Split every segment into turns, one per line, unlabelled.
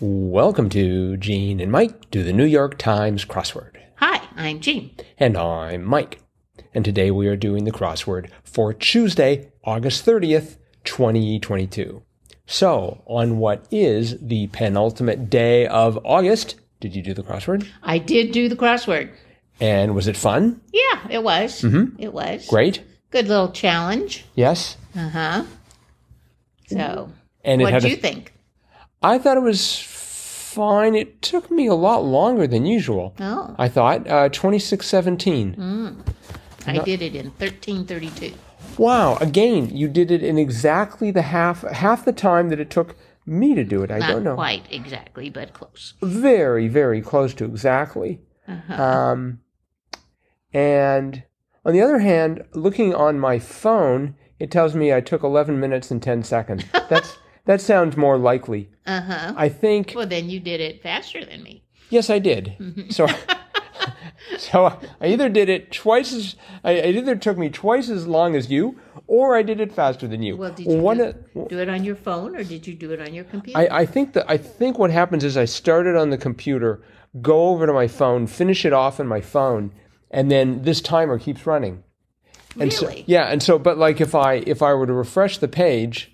Welcome to Gene and Mike do the New York Times crossword.
Hi, I'm Jean.
And I'm Mike. And today we are doing the crossword for Tuesday, August 30th, 2022. So, on what is the penultimate day of August, did you do the crossword?
I did do the crossword.
And was it fun?
Yeah, it was. Mm-hmm. It was.
Great?
Good little challenge.
Yes?
Uh huh. So,
And it
what
had
do
a-
you think?
I thought it was fine. It took me a lot longer than usual.
Oh,
I thought uh, 2617.
I did it in 1332.
Wow, again, you did it in exactly the half half the time that it took me to do it. I
Not
don't know.
quite exactly, but close.
Very, very close to exactly.
Uh-huh.
Um, and on the other hand, looking on my phone, it tells me I took 11 minutes and 10 seconds. That's that sounds more likely.
Uh huh.
I think
Well, Mm-hmm. then you did it faster than me.
yes, I did. So. So I either did it twice as I it either took me twice as long as you, or I did it faster than you.
Well, did you
One
do,
of-
do it on your phone or did you do it on your computer?
I, I think that I think what happens is I start it on the computer, go over to my phone, finish it off on my phone, and then this timer keeps running. And So,
Really?
yeah, and so but like if I if I were to refresh the page,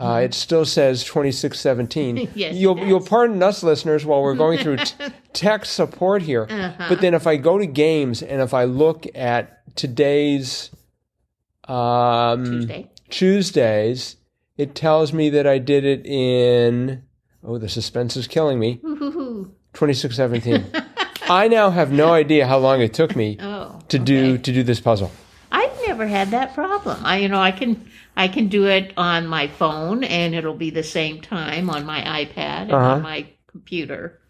uh, it still says twenty six seventeen.
Yes, it
you'll
does.
you'll pardon us listeners while we're going through t- tech support here.
Uh-huh.
But then if I go to games and if I look at today's um,
Tuesday.
Tuesdays, it tells me that I did it in oh the suspense is killing me.
Woo-hoo-hoo.
2617. I now have no idea how long it took me
Oh.
to do to do this puzzle.
I've never had that problem. I, you know, I can I can do it on my phone, and it'll be the same time on my iPad and
Uh-huh.
on my computer.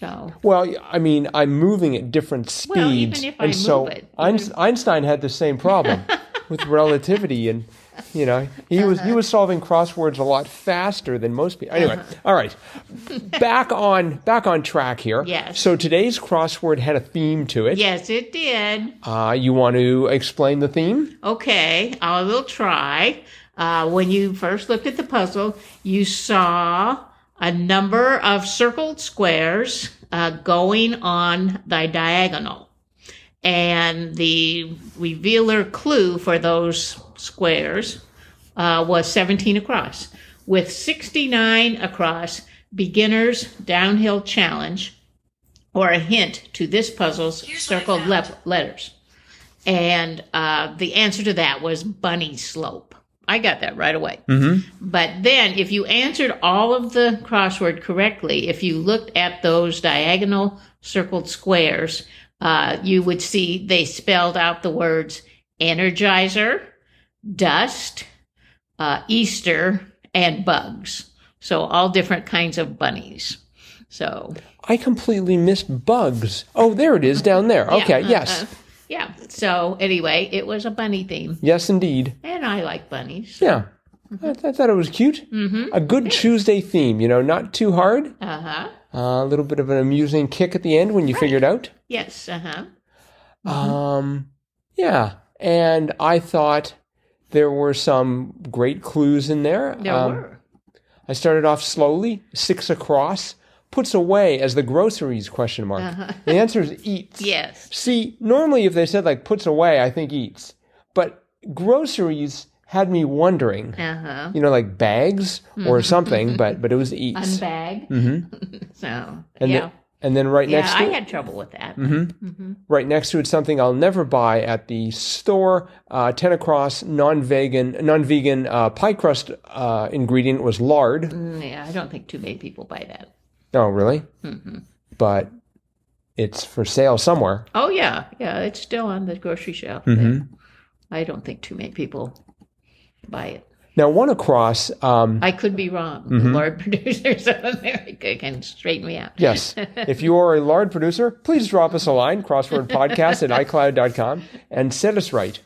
So
Well, I mean, I'm moving at different speeds,
Well, even if I
and so
move it,
Einst- Einstein had the same problem with relativity, and you know, he was
Uh-huh.
he was solving crosswords a lot faster than most people. Anyway, all right, back on back on track here.
Yes.
So today's crossword had a theme to it.
yes, it did.
Uh, you want to explain the theme?
Okay, I will try. Uh, when you first looked at the puzzle, you saw a number of circled squares uh, going on the diagonal. And the revealer clue for those squares uh, was 17 across. With 69 across, beginner's downhill challenge, or a hint to this puzzle's circled le- letters. And uh, the answer to that was bunny slope. I got that right away.
Mm-hmm.
But then, if you answered all of the crossword correctly, if you looked at those diagonal circled squares, uh, you would see they spelled out the words energizer, dust, uh, Easter, and bugs. So, all different kinds of bunnies. So,
I completely missed bugs. Oh, there it is down there. Okay,
uh,
yes,
uh, yeah. So, anyway, it was a bunny theme.
yes, indeed.
And I like bunnies.
Yeah. I, I thought it was cute. Mm-hmm. A good Tuesday theme, you know, not too hard.
Uh huh.
Uh, a little bit of an amusing kick at the end when you figure it out.
Yes. Uh huh. Mm-hmm.
Um, yeah. And I thought there were some great clues in there.
There
Um,
were.
I started off slowly, six across, puts away as the groceries question mark.
Uh-huh.
The answer is eats.
Yes.
See, normally if they said like puts away, I think eats. But groceries had me wondering.
Uh huh.
you know, like bags
Mm-hmm.
or something, but but it was eats.
Unbag. so
Mm-hmm. and,
yeah.
then, and then right
yeah,
next Mm-hmm.
I
to it,
had trouble with that.
right next to it, something I'll never buy at the store. Uh, Ten across non-vegan non-vegan uh, pie crust uh, ingredient was lard.
Mm, Yeah, I don't think too many people buy that.
Oh, really?
Mm-hmm.
But it's for sale somewhere.
Oh yeah, yeah, it's still on the grocery shelf. but
Mm-hmm.
I don't think too many people buy it.
Now one across. Um,
I could be wrong.
Mm-hmm.
The Lord producers of America can straighten me out.
Yes. If you are a lard producer, please drop us a line, crosswordpodcast at iCloud.com, and set us right.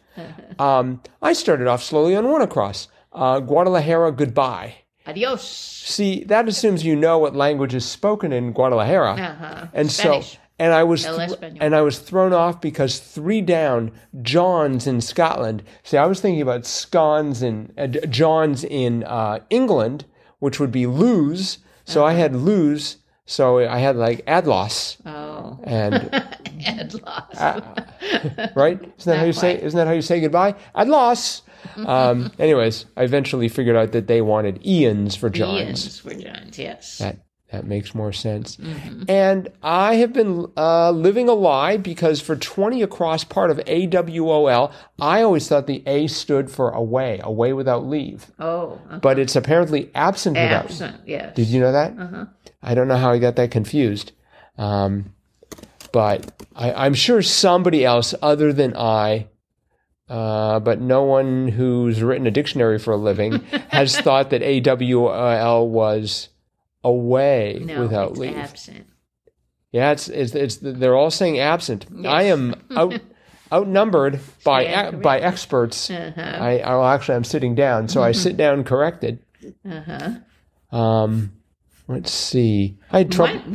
Um, I started off slowly on one across uh, Guadalajara goodbye.
Adios.
See, that assumes you know what language is spoken in Guadalajara.
Uh-huh.
And
Spanish.
so. And I was
El
thr-
Español.
and I was thrown off because three down, John's in Scotland. See, I was thinking about scones in uh, John's in uh, England, which would be lose. So
Uh-huh.
I had lose. So I had like ad loss
Oh,
and
and loss.
Ah. right. Isn't that how you say? Isn't that how you say goodbye? Ad loss. Um, anyways, I eventually figured out that they wanted Ian's for John's.
Ian's for John's, yes.
That that makes more sense. And I have been uh, living a lie because for 20 across part of AWOL, I always thought the A stood for away, away without leave.
oh, uh,
But it's apparently absent without.
absent, yes.
Did you know that?
Uh-huh.
I don't know how I got that confused. Um, but I, I'm sure somebody else other than I. Uh, but no one who's written a dictionary for a living has thought that AWL was away
no,
without
it's
leave.
absent.
Yeah, it's, it's it's they're all saying absent. I am out outnumbered by
Yeah,
ex- by experts.
Uh-huh.
I I well, actually I'm sitting down, so
Mm-hmm.
I sit down corrected. Um, let's see. I had trouble.
Uh-huh.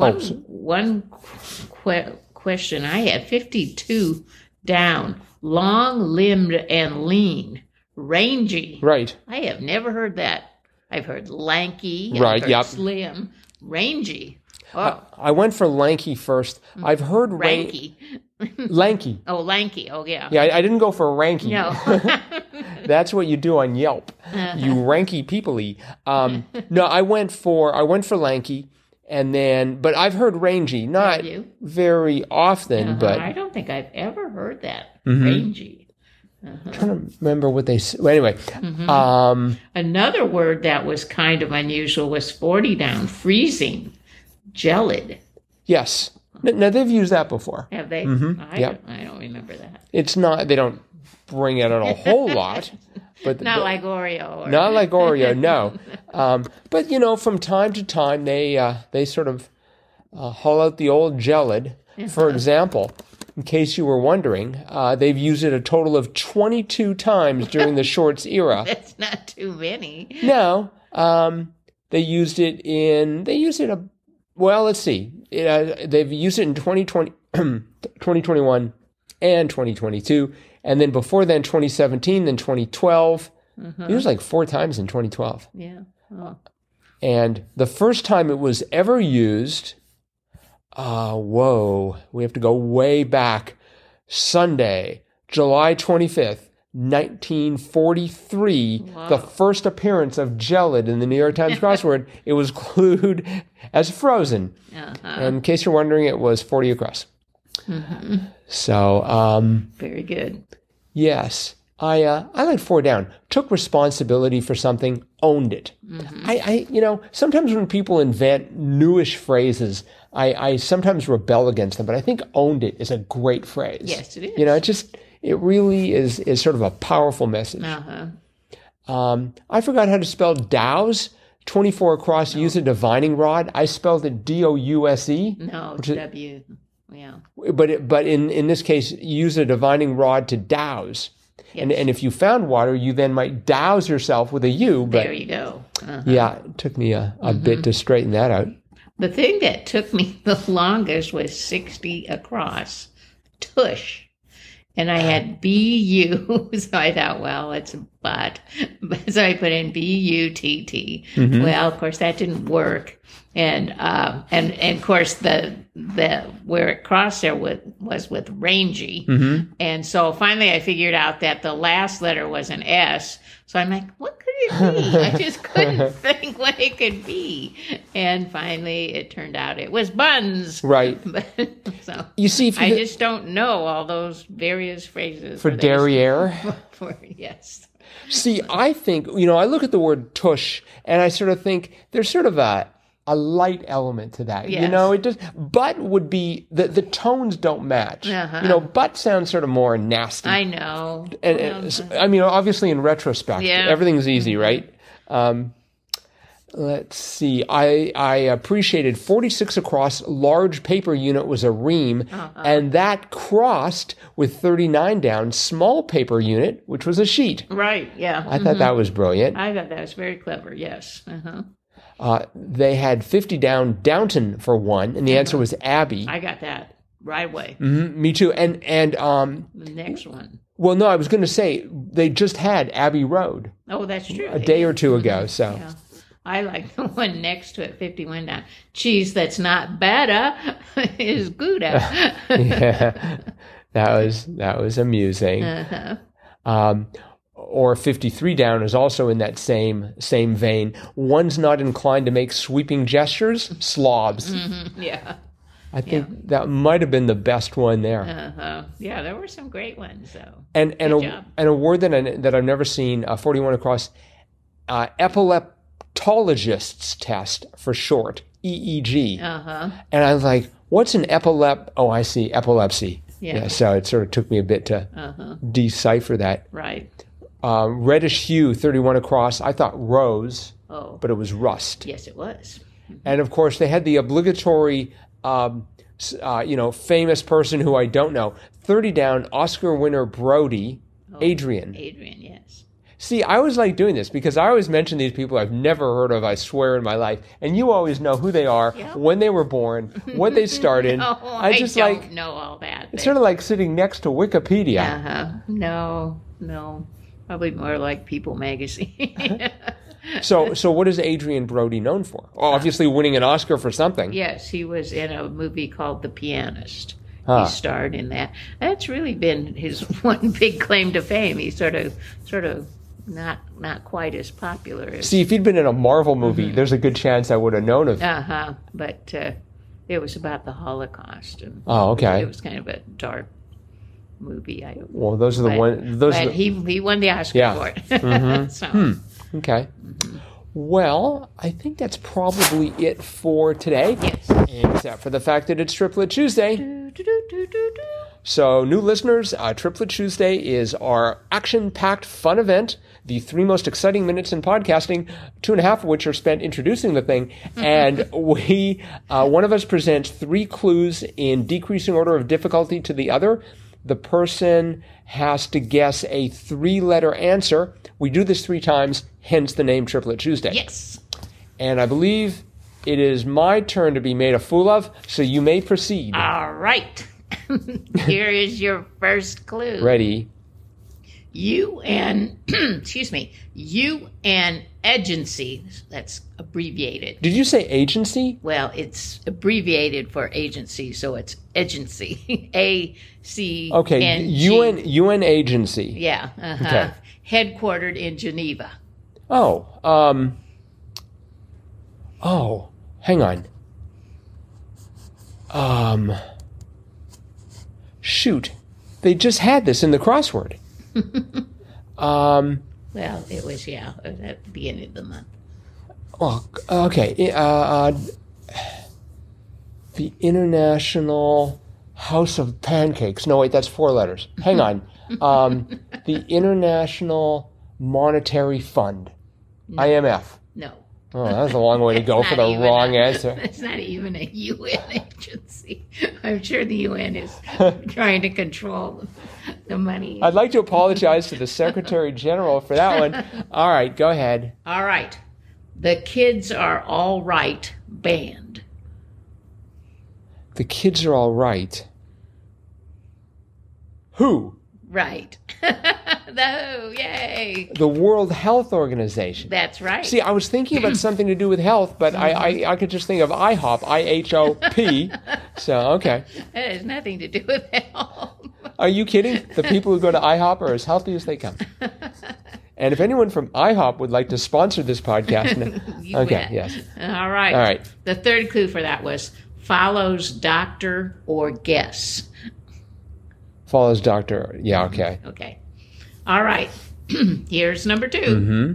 One, one,
oh, so-
one que- question I had 52 down, long limbed and lean, rangy.
right.
I have never heard that. I've heard lanky, I've
Right,
heard
yep. Uh,
slim, rangy. Oh,
I went for lanky first. I've heard ra-
Mm. ranky.
lanky.
Oh, lanky. Oh, yeah.
Yeah, I, I didn't go for ranky.
No.
That's what you do on Yelp.
Uh-huh.
You ranky peoply. Um, no, I went for I went for lanky, and then but I've heard rangy, not
you? Uh-huh.
very often, but Mm-hmm.
I don't think I've ever heard that. Rangy.
trying to remember what they s- well, anyway.
Mm-hmm.
Um,
Another word that was kind of unusual was 40 down, freezing, gelid.
yes. N- Now they've used that before.
Have they? I,
Mm-hmm. Yep.
don't, I don't remember that.
It's not they don't bring it out a whole lot, but
Not
but-
like Oreo. Or,
not like Oreo, no. Um, but you know, from time to time they uh, they sort of uh, haul out the old gelid. For example, in case you were wondering, uh, they've used it a total of 22 times during the shorts era.
That's not too many.
No, um, they used it in. They used it a. Well, let's see. It, uh, they've used it in 2020, 2021 and 2022, and then before then 2017, then 2012. It was like four times in 2012,
Yeah. Oh.
and the first time it was ever used. Uh, whoa, we have to go way back. Sunday, July 25th, 1943, the first appearance of Gelid in the New York Times crossword. It was clued as frozen. And in case you're wondering, it was 40 across. So, um,
Very good.
yes, I, uh, I like four down. Took responsibility for something, owned it.
Mm-hmm.
I, I, you know, sometimes when people invent newish phrases, I, I sometimes rebel against them, but I think owned it is a great phrase.
Yes, it is.
You know, it just it really is is sort of a powerful message.
Uh-huh.
Um, I forgot how to spell dows. Twenty four across. Use a divining rod. I spelled it D O U S E,
No, W. Yeah.
but it, but in in this case, use a divining rod to douse. And and if you found water, you then might douse yourself with a U. But
There you go. Mm-hmm. Uh,
yeah, it took me a, a bit to straighten that out.
the thing that took me the longest was 60 across, tush. And I had BU, so I thought, well, it's a butt. But so I put in B-U-T-T. Well, of course, that didn't work. And, um, and, and of course, the, the, where it crossed there with, was with rangy. And so finally I figured out that the last letter was an S. So I'm like, what could it be? I just couldn't think what it could be. And finally it turned out it was buns.
Right.
so
You see, if you
I
hit-
just don't know all those various phrases
for
where they-
derriere.
For yes,
See, I think, you know, I look at the word tush and I sort of think there's sort of a a light element to that. You
Yes.
know, it just but would be the the tones don't match.
Uh-huh.
You know, but sounds sort of more nasty.
I know.
and, and s- I mean, obviously in retrospect,
Yeah. Mm-hmm.
everything's easy, right? Um Let's see. I I appreciated 46 across large paper unit was a ream
Uh-huh.
and that crossed with 39 down small paper unit which was a sheet.
right? Yeah,
I thought that was brilliant.
Mm-hmm. I thought that was very clever. Yes. Uh-huh.
Uh, they had 50 down Downton for one, and the answer was Abbey.
I got that right away.
Mhm, me too. And and um,
The next one.
well, no, I was going to say they just had Abbey Road
Oh, that's true.
a day or two ago. So
Yeah. I like the one next to it, 51 down. Cheese that's not better is Gouda.
yeah, that was that was amusing.
Uh-huh.
Um, or 53 down is also in that same same vein. One's not inclined to make sweeping gestures, slobs.
Mhm, Yeah.
I think that might have been the best one there.
Uh-huh. Yeah, there were some great ones, though.
and and
Good
a,
job.
and a word that I, that I've never seen. Uh, Forty one across, uh, epileptologist's test for short, E EEG.
Uh-huh.
And I was like, what's an epilep? Oh, I see, epilepsy.
Yeah.
so it sort of took me a bit to
Uh-huh.
decipher that.
Right.
Um, reddish hue, thirty one across. I thought rose,
Oh,
but it was rust.
yes, it was.
And of course, they had the obligatory, um, s- uh, you know, famous person who I don't know. Thirty down, Oscar winner Brody.
Oh.
Adrian.
Adrian, yes.
See, I always like doing this because I always mention these people I've never heard of, I swear, in my life. And you always know who they are,
Yeah.
when they were born, what they started.
Oh, I,
I just
don't
like,
know all that.
it's
but-
sort of like sitting next to Wikipedia.
Uh-huh. No, no. Probably more like People Magazine.
So, so what is Adrian Brody known for? Oh, obviously winning an Oscar for something.
yes, he was in a movie called The Pianist.
Huh.
He starred in that. That's really been his one big claim to fame. He's sort of, sort of, not not quite as popular as.
See, if he'd been in a Marvel movie, there's a good chance I would have known of.
Uh huh. But uh, it was about the Holocaust, and
Oh, okay.
it was kind of a dark movie. I don't.
Well, those are the
But,
one. Those are
but
the,
he he won the Oscar
Yeah. Mm-hmm. Hmm.
for it. so
okay. Well, I think that's probably it for today,
yes.
except for the fact that it's Triplet Tuesday.
Do, do, do, do, do, do.
So, new listeners, uh, Triplet Tuesday is our action packed fun event, the three most exciting minutes in podcasting, two and a half of which are spent introducing the thing. And we, uh, one of us presents three clues in decreasing order of difficulty to the other. The person has to guess a three letter answer. We do this three times, hence the name Triplet Tuesday.
Yes.
And I believe it is my turn to be made a fool of, so you may proceed.
All right. Here is your first clue.
Ready?
You and excuse me, you and agency. That's abbreviated.
Did you say agency?
Well, it's abbreviated for agency, so it's agency. A C.
Okay,
N, G.
UN UN agency.
Yeah. Uh-huh.
Okay.
Headquartered in Geneva.
Oh, um, oh, hang on. Um, shoot, they just had this in the crossword. um,
Well, it was yeah at the beginning of the month.
oh, okay. Uh, uh, the International House of Pancakes. No, wait, that's four letters. Hang on. Um, the International Monetary Fund, IMF.
No.
Oh, that was a long way to go
It's
for
not
the
even
wrong
a-
answer.
It's not even a UN agency. I'm sure the UN is trying to control the money.
I'd like to apologize to the Secretary General for that one. All right, go ahead.
All right. The kids are all right band.
The kids are all right. Who?
Right. oh, yay.
The World Health Organization.
That's right.
See, I was thinking about something to do with health, but I, I, I could just think of IHOP, I H O P. So, okay.
that has nothing to do with health.
Are you kidding? The people who go to IHOP are as healthy as they come. And if anyone from IHOP would like to sponsor this podcast,
You
okay,
win.
yes.
All right.
All right.
The third clue for that was follows doctor or guess.
Follows Dr. Yeah, okay.
Okay. All right. Here's number 2
hmm.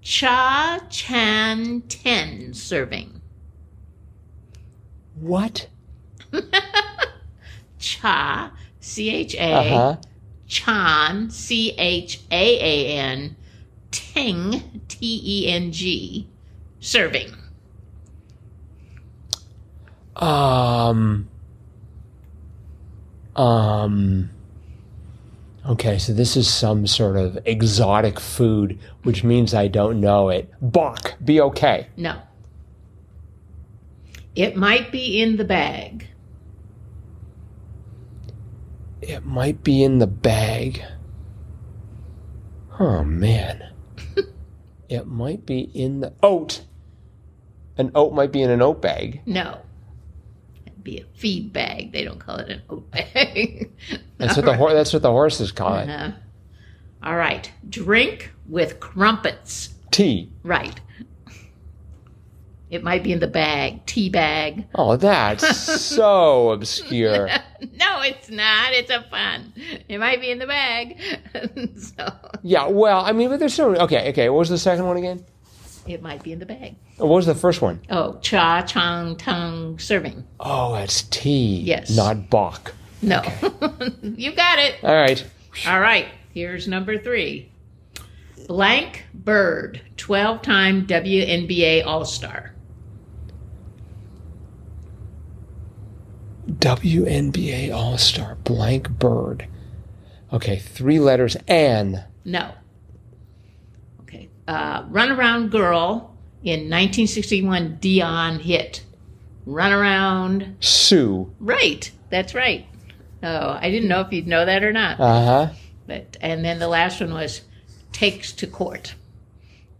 Cha Chan Ten serving.
What?
Cha, C H
Uh huh.
A, Chan, C H A A N, Ting, T E N G, serving.
Um. Um. Okay, so this is some sort of exotic food, which means I don't know it. Bok, B O K.
No. It might be in the bag.
It might be in the bag. Oh man. it might be in the oat. An oat might be in an oat bag.
No. It'd be a feed bag. They don't call it an oat bag.
That's what the hor- that's what the horses call it.
Uh, all right. Drink with crumpets.
Tea.
Right. It might be in the bag, tea bag.
Oh, that's so obscure.
no, it's not. It's a pun. It might be in the bag. so
Yeah, well, I mean, but there's so okay. Okay, what was the second one again?
it might be in the bag.
What was the first one?
Oh, cha chong tongue serving.
Oh, that's tea.
Yes.
Not Bach.
No. you got it.
All right.
All right. Here's number three. Blank Bird, 12 time WNBA All Star.
WNBA All Star Blank Bird. Okay, three letters. Anne.
No. Okay. Uh, Runaround Girl in 1961 Dion hit. Runaround.
Sue.
Right. That's right. Oh, I didn't know if you'd know that or not.
Uh huh.
But and then the last one was takes to court.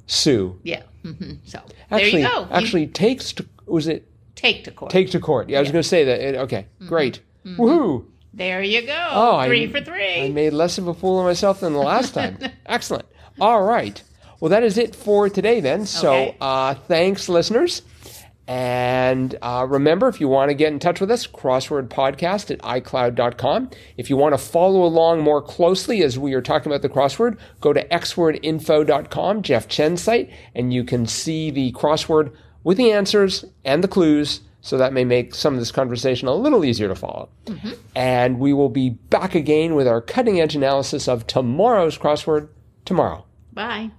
Sue.
Yeah. hmm So
Actually,
there you go.
actually takes to, was it
you take to court.
take to court? Yeah, I was going to say that. It, okay,
Mm-hmm.
great. Woohoo!
there you go.
Oh, I-
three for
I
three.
made less of a fool of myself than the last time. Excellent. All right. Well, that is it for today then. So
Okay.
uh, thanks, listeners. And uh, remember, if you want to get in touch with us, crosswordpodcast at iCloud.com. If you want to follow along more closely as we are talking about the crossword, go to xwordinfo.com, Jeff Chen's site, and you can see the crossword with the answers and the clues. So that may make some of this conversation a little easier to follow. And we will be back again with our cutting edge analysis of tomorrow's crossword tomorrow.
Bye.